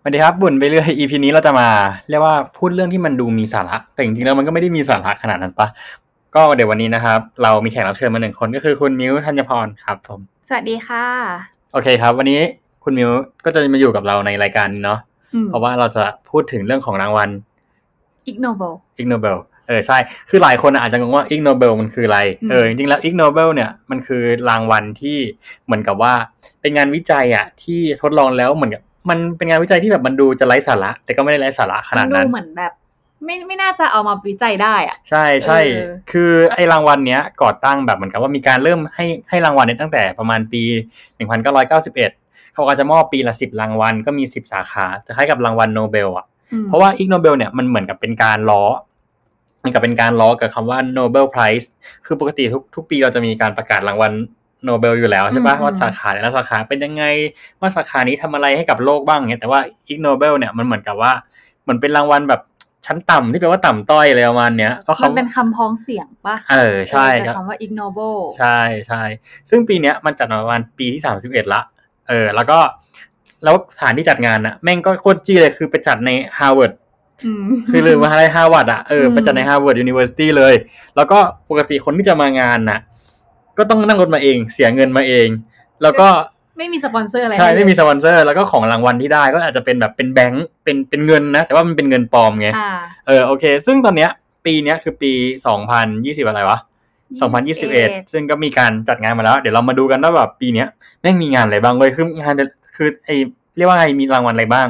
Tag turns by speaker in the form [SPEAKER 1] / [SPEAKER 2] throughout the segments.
[SPEAKER 1] สวัสดีครับบุญไปเรื่อย EP นี้เราจะมา เรียกว่าพูดเรื่องที่มันดูมีสาระ แต่จริงๆแล้วมันก็ไม่ได้มีสาระขนาดนั้นปะก็เดี๋ยววันนี้นะครับ เรามีแขกรับเชิญมาหนึ่งคนก็คือคุณมิวธัญพรครับผม
[SPEAKER 2] สวัสดีค่ะ
[SPEAKER 1] โอเคครับ วันนี้คุณมิวก็จะมาอยู่กับเราในรายการนี้เนาะ
[SPEAKER 2] อืม
[SPEAKER 1] เพราะว่าเราจะพูดถึงเรื่องของรางวัล
[SPEAKER 2] ignoble
[SPEAKER 1] อิกโนเบลเออใช่ คือหลายคนอาจจะงงว่าอิกโนเบลมันคืออะไร
[SPEAKER 2] อืม
[SPEAKER 1] เออจริงๆแล้วอิกโนเบลเนี่ยมันคือรางวัลที่เหมือนกับว่า เป็นงานวิจัยอะที่ทดลองแล้วเหมือนกับมันเป็นงานวิจัยที่แบบมันดูจะไร้สาระ แต่ก็ไม่ได้ไร้สาระขนาดนั้น
[SPEAKER 2] มัเหมือนแบบ ไม่ไม่น่าจะเอามาวิจัยได้อะ
[SPEAKER 1] ใช่ใช่
[SPEAKER 2] เออ
[SPEAKER 1] คือไอ้รางวัลเนี้ยก่อตั้งแบบเหมือนกับว่ามีการเริ่มให้ให้รางวัลเนี่ยตั้งแต่ประมาณปี 1991 เขาก็จะมอบปีละ 10 รางวัลก็มี 10 สาขาจะคล้ายกับรางวัลโนเบลอะ
[SPEAKER 2] อืม
[SPEAKER 1] เพราะว่าอิกโนเบลเนี่ยมันเหมือนกับเป็นการล้อ มันกับเป็นการล้อกับคำว่า Nobel Prize คือปกติทุกทุกปีเราจะมีการประกาศรางวัลโนเบลอยู่แล้วใช่ปะว่าสาขาแต่ละสาขาเป็นยังไง ว่าสาขานี้ทำอะไรให้กับโลกบ้างเนี่ยแต่ว่าอิกโนเบลเนี่ยมันเหมือนกับว่าเหมือนเป็นรางวัลแบบชั้นต่ำที่แปลว่าต่ำต้อยอะไรประมาณเนี้ยก็
[SPEAKER 2] มั
[SPEAKER 1] เขา
[SPEAKER 2] นเป็นคำพ้องเสียงปะ
[SPEAKER 1] เออใช่
[SPEAKER 2] เออแต่
[SPEAKER 1] แล้ว
[SPEAKER 2] คำว่า ignoble
[SPEAKER 1] ใช่ใช่ซึ่งปีเนี้ยมันจัดมาประมาณปีที่สามสิบเอ็ดละ เออ แล้วก็แล้วสถานที่จัดงานน่ะแม่งก็โคตรจี้เลยคือไปจัดในฮาร์วาร์ด
[SPEAKER 2] อืม
[SPEAKER 1] คือลืมมหาลัยฮาวาดอ่ะเอออ
[SPEAKER 2] ม
[SPEAKER 1] ไปจัดในฮาวาดยูนิเวอร์ซิตี้เลย แล้วก็ปกติคนที่จะมางานน่ะ ก็ต้องนั่งรถมาเองเสียเงินมาเอง แล้วก็
[SPEAKER 2] ไม่มีสปอนเซอร์อะไร
[SPEAKER 1] ใช่
[SPEAKER 2] ห้เลย
[SPEAKER 1] ไม่มีสปอนเซอร์ แล้วก็ของรางวัลที่ได้ก็อาจจะเป็นแบบเป็นแบงค์เป็นเป็นเงินนะ แต่ว่ามันเป็นเงินปลอมไง
[SPEAKER 2] อ่า
[SPEAKER 1] เออโอเค ซึ่งตอนเนี้ย ปีเนี้ยคือปี 2020 อะไรวะ 2021 ซึ่งก็มีการจัดงานมาแล้ว เดี๋ยวเรามาดูกันว่าแบบปีเนี้ยแม่งมีงานอะไรบ้างเว้ยคืองานจะคือไอเรียกว่าไงมีรางวัลอะไรบ้าง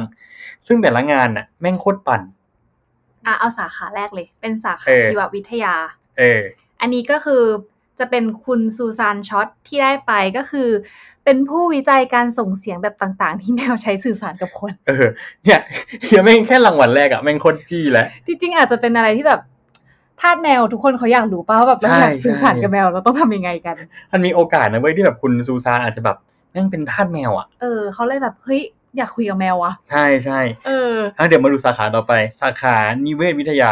[SPEAKER 1] ซึ่งแต่ละงานน่ะแม่งโคตรปั่น
[SPEAKER 2] อ่ะเอาสาขาแรกเลย เป็นสาขา
[SPEAKER 1] เออ
[SPEAKER 2] ชีววิทยา
[SPEAKER 1] เออ
[SPEAKER 2] อันนี้ก็คือจะเป็นคุณซูซานช็อตที่ได้ไปก็คือ เป็นผู้วิจัยการส่งเสียงแบบต่างๆ ที่แมวใช้สื่อสารกับคน
[SPEAKER 1] เออเนี่ย เฮียแม่งแค่รางวัลแรกอะแม่งโคตรจี้แล้ว
[SPEAKER 2] จริงๆอาจจะเป็นอะไรที่แบบทาสแนวทุกคนเขาอยากรู้ป่าว่าแบบเรา
[SPEAKER 1] ใช่
[SPEAKER 2] อยากสื่อสาร
[SPEAKER 1] ใช่
[SPEAKER 2] กับแมวเราต้องทำยังไงกัน
[SPEAKER 1] มันมีโอกาสนะเว้ยที่แบบคุณซูซานอาจจะแบบแม่งเป็นทาสแมวอะ
[SPEAKER 2] เออเขาเลยแบบเฮ้ยอยากคุยกับแมววะ
[SPEAKER 1] ใช่ใช่
[SPEAKER 2] เออ
[SPEAKER 1] อ่ะเดี๋ยวมาดูสาขาต่อไป สาขานิเวศวิทยา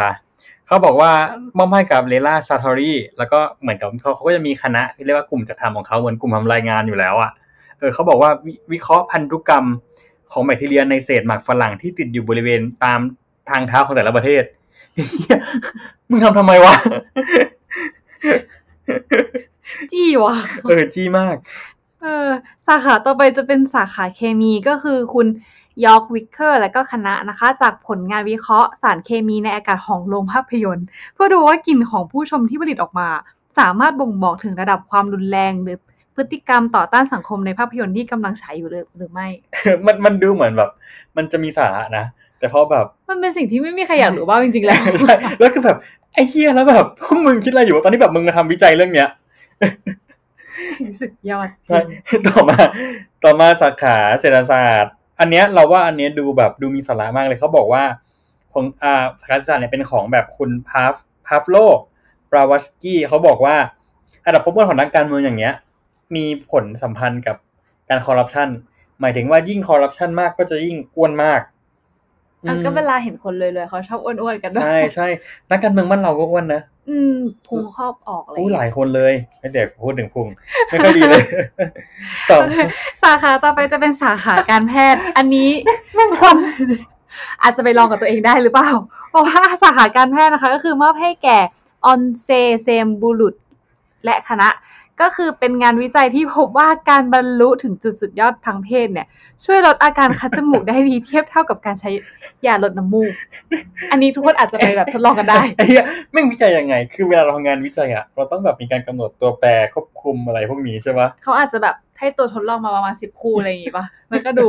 [SPEAKER 1] เขาบอกว่ามอบให้กับเลล่าซาทอรีแล้วก็เหมือนกับเขาเขาก็จะมีคณะเรียกว่ากลุ่มจัดทำของเขาเหมือนกลุ่มทำรายงานอยู่แล้วอะเออเขาบอกว่าวิวิเคราะห์พันธุกรรมของแบคทีเรียในเศษหมากฝรั่งที่ติดอยู่บริเวณตามทางเท้าของแต่ละประเทศ เหี้ยมึงทำทำไมวะ
[SPEAKER 2] จี้วะ
[SPEAKER 1] เออจี้มาก
[SPEAKER 2] เออ สาขาต่อไปจะเป็นสาขาเคมีก็คือคุณยอร์กวิกเกอร์ และก็คณะนะคะ จากผลงานวิเคราะห์สารเคมีในอากาศของโรงภาพยนตร์ เพื่อดูว่ากลิ่นของผู้ชมที่ผลิตออกมา สามารถบ่งบอกถึงระดับความรุนแรงหรือพฤติกรรมต่อต้านสังคมในภาพยนตร์ที่กำลังฉายอยู่หรือหรือไม่
[SPEAKER 1] มันมันดูเหมือนแบบ มันจะมีสาระนะ แต่พอแบบ
[SPEAKER 2] มันเป็นสิ่งที่ไม่มีใครอยากรู้บ้างจริงๆแล้ว
[SPEAKER 1] ใช่แล้วคือแบบไอ้เฮียแล้วแบบพวกมึงคิดอะไรอยู่วะตอนที่แบบมึงมาทำวิจัยเรื่องเนี้ย
[SPEAKER 2] สุดยอดจ
[SPEAKER 1] ใช่
[SPEAKER 2] ริง
[SPEAKER 1] ต่อมาต่อมาสาขาเศรษฐศาสตร์ อันเนี้ยเราว่าอันเนี้ยดูแบบดูมีสาระมากเลยเขาบอกว่า ของอ่าสาขาเศรษฐศาสตร์เนี่ยเป็นของแบบคุณพาฟพาฟโลปราวสกี้เขาบอกว่าอันดับพบว่าของนักการเมืองอย่างเงี้ย มีผลสัมพันธ์กับการคอร์รัปชันหมายถึงว่ายิ่งคอร์รัปชันมากก็จะยิ่งอ้วนมาก
[SPEAKER 2] อ่ะก็เวลาเห็นคนเลยเลยเขาชอบอ้วนๆกันด้วย
[SPEAKER 1] ใช่ ใช่นักการเมืองบ้านเราก็อ้วนนะ
[SPEAKER 2] อืมพุงครอบออกอะไรอย่าง
[SPEAKER 1] อู้ห
[SPEAKER 2] เงี้ย
[SPEAKER 1] ลายคนเลยไม่เด็กพูดถึงพุงไม่ค่อยดีเลย ต่อ
[SPEAKER 2] โอเคสาขาต่อไปจะเป็นสาขาการแพทย์ อันนี้มันคน อาจจะไปลองกับตัวเองได้หรือเปล่า เพราะว่าสาขาการแพทย์นะคะ ก็คือมอบให้แก่ออนเซเซมบูลุตและคณะ ก็คือเป็นงานวิจัยที่พบว่าการบรรลุถึงจุดสุดยอดทางเพศเนี่ย ช่วยลดอาการคัดจมูกได้ดีเทียบเท่ากับการใช้ยาลดน้ำมูก อันนี้ทุกคนอาจจะไปแบบทดลองกันได้
[SPEAKER 1] ไอ้เหี้ยแม่งวิจัยยังไง คือเวลาเราทำงานวิจัยอะเราต้องแบบมีการกำหนดตัวแปรควบคุมอะไรพวกนี้ใช่ปะ
[SPEAKER 2] เขาอาจจะแบบให้ตัวทดลองมาประมาณสิบคู่อะไรอย่างงี้ป่ะ แล้วก็ดู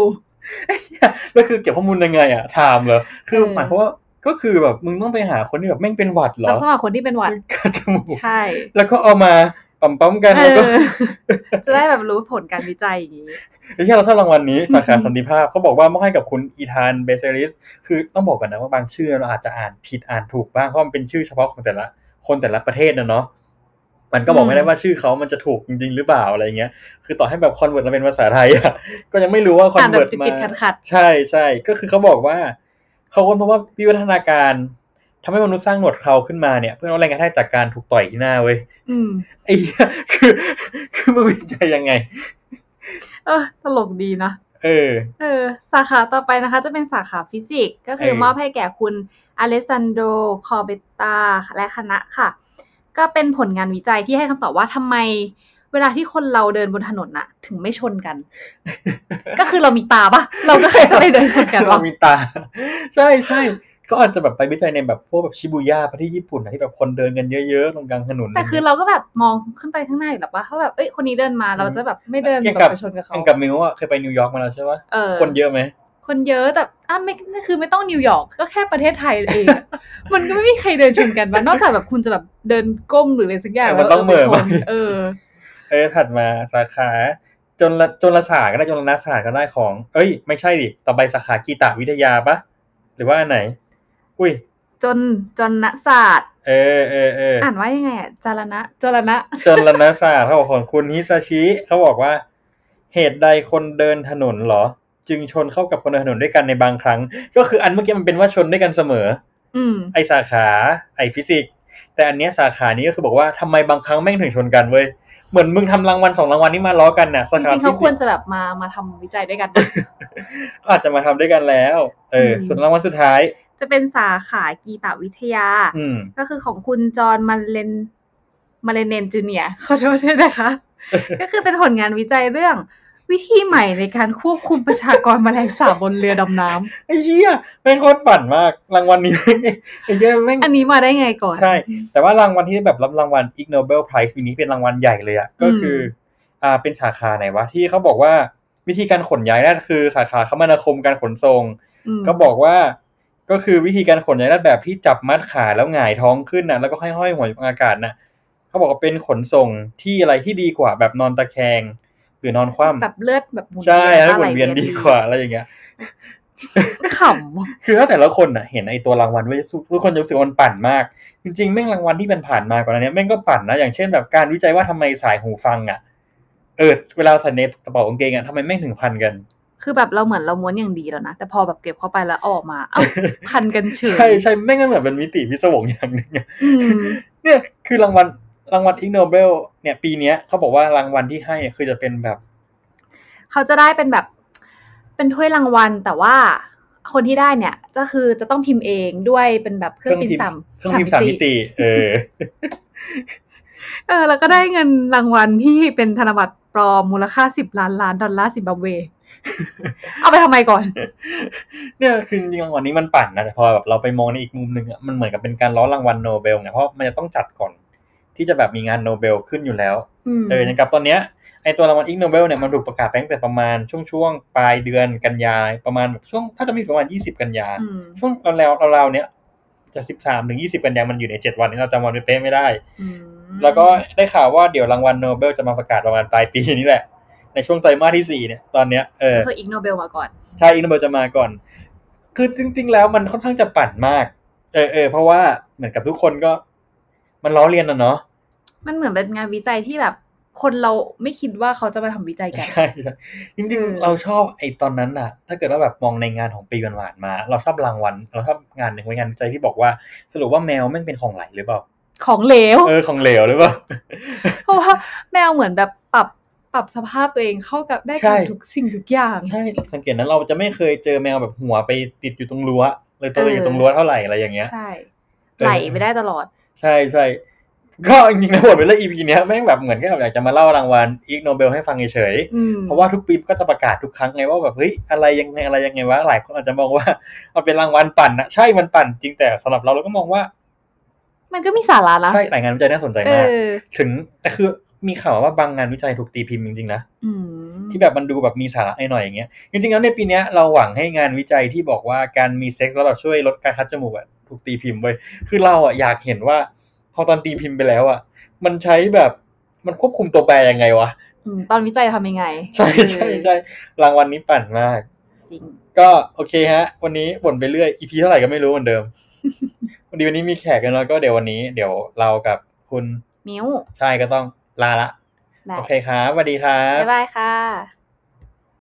[SPEAKER 1] แล้วคือเก็บข้อมูลยังไงอะถามเหรอคือ
[SPEAKER 2] เออ
[SPEAKER 1] หมายความว่าก็คือแบบมึงต้องไปหาคนที่แบบแม่งเป็นหวัดเหรอ
[SPEAKER 2] รับสมัครคนที่เป็นหวัด
[SPEAKER 1] การจมูก
[SPEAKER 2] ใช่
[SPEAKER 1] แล้วก็เอามาปั๊มปั๊มๆกัน
[SPEAKER 2] เอ
[SPEAKER 1] แล้วก็
[SPEAKER 2] อ จะได้แบบรู้ผลการวิจัยอย่างงี้
[SPEAKER 1] ไอ้เหี้ยเราชอบรางวัลนี้สาขาสันติภาพเขาบอกว่ามอบให้กับคุณอีธานเบเซริส คือต้องบอกก่อนนะว่าบางชื่อเราอาจจะอ่านผิดอ่านถูกบ้างเพราะมันเป็นชื่อเฉพาะของแต่ละ คนแต่ละประเทศนะเนาะมันก็บอกไม่ได้ว่าชื่อเขามันจะถูกจริงๆหรือเปล่าอะไรเงี้ยคือต่อให้แบบคอนเวิร์ตมาเป็นภาษาไทยอะก็ยังไม่รู้ว่าคอน
[SPEAKER 2] อ่านแบ
[SPEAKER 1] เวิร์ต
[SPEAKER 2] บติด
[SPEAKER 1] มา
[SPEAKER 2] ติดขัดขัด
[SPEAKER 1] ใช่ใช่ก็คือเขาบอกว่าเขาค้นพบว่าวิวัฒนาการทำให้มนุษย์สร้างหนวดเคราขึ้นมาเนี่ยเพื่อลดแรงกระแทกจากการถูกต่อยที่หน้าเว้ย
[SPEAKER 2] ๆอืม
[SPEAKER 1] ไอ้เหี้ยคือ คือมึงวิจัยยังไง
[SPEAKER 2] เออ ตลกดีนะ
[SPEAKER 1] เ เออ
[SPEAKER 2] เออสาขาต่อไปนะคะ จะเป็นสาขาฟิสิกส์ก็คือ
[SPEAKER 1] เออ
[SPEAKER 2] มอบให้แก่คุณอเลสซานโดคอเบตาและคณะค่ะ ก็เป็นผลงานวิจัยที่ให้คำตอบว่าทำไมเวลาที่คนเราเดินบนถนนน่ะ ถึงไม่ชน กัน ก็คือเรามีตาปะเราก็เคยจะไปเดินชนกัน
[SPEAKER 1] เรา
[SPEAKER 2] วะ
[SPEAKER 1] มีตา ใช่ใช่เขาอาจจะแบบไปวิจัยในแบบพวกแบบชิบูย่าประเทศญี่ปุ่นนะที่แบบคนเดินกันเยอะๆตรงกลางถนน
[SPEAKER 2] แต่คือเราก็แบบมองขึ้นไปข้างหน้าอยู่หรอปะเขาแบบเอ้ยคนนี้เดินมาเราจะแบบไม่เดิน
[SPEAKER 1] อย่าง
[SPEAKER 2] แบ
[SPEAKER 1] กับ
[SPEAKER 2] บไปชนกับเขา
[SPEAKER 1] อังกับมิวอะเคยไปนิวยอร์กมาแล้วใช่ปะ
[SPEAKER 2] เออ
[SPEAKER 1] คนเยอะไหม
[SPEAKER 2] คนเยอะแต่อ่ะไม่คือไม่ต้องนิวยอร์กก็แค่ประเทศไทยเองอะ มันก็ไม่มีใครเดินชนกันบ้างนอกจากแบบคุณจะแบบเดินก้มหรืออะไรสักอย่าง
[SPEAKER 1] เออมันต้องเหม่อ
[SPEAKER 2] แล้ว
[SPEAKER 1] บ้าง
[SPEAKER 2] เออ
[SPEAKER 1] เออถัดมาสาขาจนละจนละศาสตร์ก็ได้จนละนาศาสตร์ก็ได้ของ เอ้ย ไม่ใช่ดิต่อไปสาขากีตวิทยาปะหรือว่าอันไหน อุ้ย
[SPEAKER 2] จนจนนศาสตร์
[SPEAKER 1] เออเออเออ
[SPEAKER 2] อ่านว่ายังไงอ่ะจารณะจารณะ
[SPEAKER 1] จนละนาศาสตร์เขาบอกของคุณฮิซาชิเขาบอกว่า เหตุใดคนเดินถนนเหรอ จึงชนเข้ากับคนเดินถนนด้วยกันในบางครั้ง ก็คืออันเมื่อกี้มันเป็นว่าชนด้วยกันเสมอ
[SPEAKER 2] อืม
[SPEAKER 1] ไอสาขาไอฟิสิกส์แต่อันเนี้ยสาขานี้ก็คือบอกว่าทำไมบางครั้งแม่งถึงชนกันเว้ยเหมือนมึงทำรางวัลสองรางวัลนี่มาล้อกันน่ะ
[SPEAKER 2] จ
[SPEAKER 1] สาขา
[SPEAKER 2] ริงๆ
[SPEAKER 1] ฟิ
[SPEAKER 2] เขาค
[SPEAKER 1] สิ
[SPEAKER 2] วร
[SPEAKER 1] กส์
[SPEAKER 2] จะแบบมามาทำวิจัยด้วยกัน
[SPEAKER 1] ก็อาจจะมาทำด้วยกันแล้วเอออ
[SPEAKER 2] ม
[SPEAKER 1] ส่วนรางวัลสุดท้าย
[SPEAKER 2] จะเป็นสาขากีตวิทยา
[SPEAKER 1] อืม
[SPEAKER 2] ก็คือของคุณจอห์นมาเลนมาเลเนนจูเนียร์ ขอโทษด้วยนะคะ ก็คือเป็นผลงานวิจัยเรื่อง วิธีใหม่ในการควบคุมประชากรแมลงสาบบนเรือดำน้
[SPEAKER 1] ไอ้เหี้ยแม่งโคตรปั่นมากรางวัลนี้ ไอ้เหี้ยแม่ง
[SPEAKER 2] ำอันนี้มาได้ไงก่อน
[SPEAKER 1] ใช่ แต่ว่ารางวัลที่ได้แบบรับรางวัล Ig Nobel Prize ปีนี้เป็นรางวัลใหญ่เลยอะก็คือออ่าเป็นสาขาไหนวะที่เขาบอกว่าวิธีการขนย้ายนั่นคือสาขาคมนาคมการขนส่ง
[SPEAKER 2] อืม
[SPEAKER 1] ก็บอกว่าก็คือวิธีการขนย้ายรัดแบบที่จับมัดขาแล้วหงายท้องขึ้นนะแล้วก็ห้อยๆหัวอยู่บนอากาศนะเขาบอกว่าเป็นขนส่งที่อะไรที่ดีกว่าแบบนอนตะแคง หรือนอนคว่ำ
[SPEAKER 2] แบบเลือดแบบหมุน
[SPEAKER 1] ใช่
[SPEAKER 2] เวียน
[SPEAKER 1] แล้วหมุ
[SPEAKER 2] อะไร
[SPEAKER 1] นเวียนดีกว่าอะไรอย่างเงี้ย
[SPEAKER 2] ขำ
[SPEAKER 1] คือถ้าแต่ละคนน่ะเห็นไอตัวรางวัลไว้ยทุกทุกคนจะรู้สึกว่ามันปั่นมาก จริงๆแม่งรางวัลที่เป็นผ่านมาก่อนอันเนี้ยแม่งก็ปั่นนะอย่างเช่นแบบการวิจัยว่าทำไมสายหูฟังอ่ะเออเวลาใส่ในกระเป๋ากางเกงอ่ะทำไมแม่งถึงพันกัน
[SPEAKER 2] คือแบบเราเหมือนเราม้วนอย่างดีแล้วนะ แต่พอแบบเก็บเข้าไปแล้วเอาออกมา เอ้า พันกันเฉย
[SPEAKER 1] ใช่ใช่แม่งก็เหมือนเป็นมิติวิศวงอย่างหนึงอะ
[SPEAKER 2] อืม
[SPEAKER 1] เนี่ยคือรางวัลรางวัลอิกโนเบลเนี่ย ปีเนี้ยเขาบอกว่ารางวัลที่ให้เนี่ยคือจะเป็นแบบ
[SPEAKER 2] เขาจะได้เป็นแบบ เป็นถ้วยรางวัล แต่ว่าคนที่ได้เนี่ย ก็คือจะต้องพิมพ์เองด้วยเป็นแบบเครื่องพิมพ์สาม
[SPEAKER 1] เครื่องพิมพ์สามมิติ เออ
[SPEAKER 2] เออ แล้วก็ได้เงินรางวัลที่เป็นธนบัตรปลอมมูลค่าสิบล้านล้านดอลลาร์ซิมบับเว เอาไปทำไมก่อน
[SPEAKER 1] เนี่ยคือจริงๆรางวัลนี้มันปั่นนะแต่พอแบบเราไปมองในอีกมุมหนึ่งอะมันเหมือนกับเป็นการล้อรางวัลโนเบลไงเพราะมันจะต้องจัดก่อน ที่จะแบบมีงานโนเบลขึ้นอยู่แล้ว
[SPEAKER 2] อืม
[SPEAKER 1] เอออย่างกับตอนเนี้ยไอตัวรางวัลอิกโนเบลเนี่ยมันถูกประกาศไปตั้งแต่ประมาณช่วงช่วงๆปลายเดือนกันยายนประมาณแบบช่วงถ้าจะไมีประมาณ 20 กันยา
[SPEAKER 2] อืม
[SPEAKER 1] ช่วงราวๆราวๆเนี้ยจะ13ถึง20 กันยามันอยู่ใน 7 วันนี้เราจำวันเป๊ะๆไม่ได้
[SPEAKER 2] อืม
[SPEAKER 1] แล้วก็ได้ข่าวว่าเดี๋ยวรางวัลโนเบลจะมาประกาศประมาณปลายปีนี่แหละ ในช่วงไตรมาสที่สี่เนี่ยตอนเนี้ยเออ
[SPEAKER 2] ก็คืออิกโนเบลมาก่อน
[SPEAKER 1] ใช่อินโนเบลจะมาก่อน คือจริง ๆ แล้วมันค่อนข้างจะปั่นมาก เออเออเพราะว่าเหมือนกับทุกคนก็ มันล้อเลียนนะเนาะ
[SPEAKER 2] มันเหมือนเป็นงานวิจัยที่แบบ คนเราไม่คิดว่าเขาจะมาทำวิจัยกัน
[SPEAKER 1] ใช่ใช่จริง
[SPEAKER 2] อืม
[SPEAKER 1] ๆ เราชอบไอ้ตอนนั้นน่ะ ถ้าเกิดว่าแบบมองในงานของปีหวานๆมา เราชอบรางวัลเราชอบงานหนึ่งไว้งานวิจัยที่บอกว่าสรุปว่าแมวแม่งเป็นของไหลหรือเปล่า
[SPEAKER 2] ของเหลว
[SPEAKER 1] เออของเหลวหรือเปล่า
[SPEAKER 2] เพราะว่าแมวเหมือนแบบปรับปรับสภาพตัวเองเข้ากับได้
[SPEAKER 1] ใช่
[SPEAKER 2] กับทุกสิ่งทุกอย่าง
[SPEAKER 1] ใช่ สังเกตนะเราจะไม่เคยเจอแมวแบบหัวไปติดอยู่ตรงรั้วเลยตัว
[SPEAKER 2] เออ
[SPEAKER 1] อ
[SPEAKER 2] อ
[SPEAKER 1] ยู่ตรงรั้วเท่าไหร่อะไรอย่างเงี้ย
[SPEAKER 2] ใช่
[SPEAKER 1] เออ
[SPEAKER 2] ไหลไปได้ตลอด
[SPEAKER 1] ใช่ใช่ก็จริงๆนะบทเป็นเรื่อง EP เนี้ยแม่งแบบเหมือนแค่แบบอยากจะมาเล่ารางวัลอีกโนเบลให้ฟังเฉย
[SPEAKER 2] อืม
[SPEAKER 1] ๆเพราะว่าทุกปีก็จะประกาศทุกครั้งไงว่าแบบเฮ้ยอะไรยังไงอะไรยังไงวะหลายคนอาจจะมองว่า มันเป็นรางวัลปั่นนะใช่มันปั่นจริงแต่สำหรับเราเราก็มองว่า
[SPEAKER 2] มันก็มีสาระนะ
[SPEAKER 1] ใช่หลายงานวิจัยน่าสนใจ
[SPEAKER 2] เอ
[SPEAKER 1] มาก
[SPEAKER 2] อ
[SPEAKER 1] ถึงแต่คือมีข่าวว่าบางงานวิจัยถูกตีพิมพ์จริงๆนะ
[SPEAKER 2] อืม
[SPEAKER 1] ที่แบบมันดูแบบมีสาระหน่อยๆอย่างเงี้ย จริงๆแล้วในปีเนี้ยเราหวังให้งานวิจัยที่บอกว่าการมีเซ็กซ์แล้วแบบช่วยลดการคัดจมูกอะถูกตีพิมพ์ไปคือเราอะอยากเห็นว่า พอตอนตีพิมพ์ไปแล้วอะมันใช้แบบมันควบคุมตัวแปรยังไงวะ
[SPEAKER 2] อืมตอนวิจัยทำยังไง
[SPEAKER 1] ใช่ใช่ใช่รางวัลนี้ปั่นมาก
[SPEAKER 2] จริง
[SPEAKER 1] ก็โอเคฮะ วันนี้บ่นไปเรื่อย EP เท่าไหร่ก็ไม่รู้เหมือนเดิม วันนี้วันนี้มีแขกกันแล้วก็เดี๋ยววันนี้ เดี๋ยวเรากับคุณ
[SPEAKER 2] มิ้ว
[SPEAKER 1] ชายก็ต้องลาละ
[SPEAKER 2] ได้
[SPEAKER 1] โอเคครับสวัสดีครับ
[SPEAKER 2] บ๊ายบายค่ะ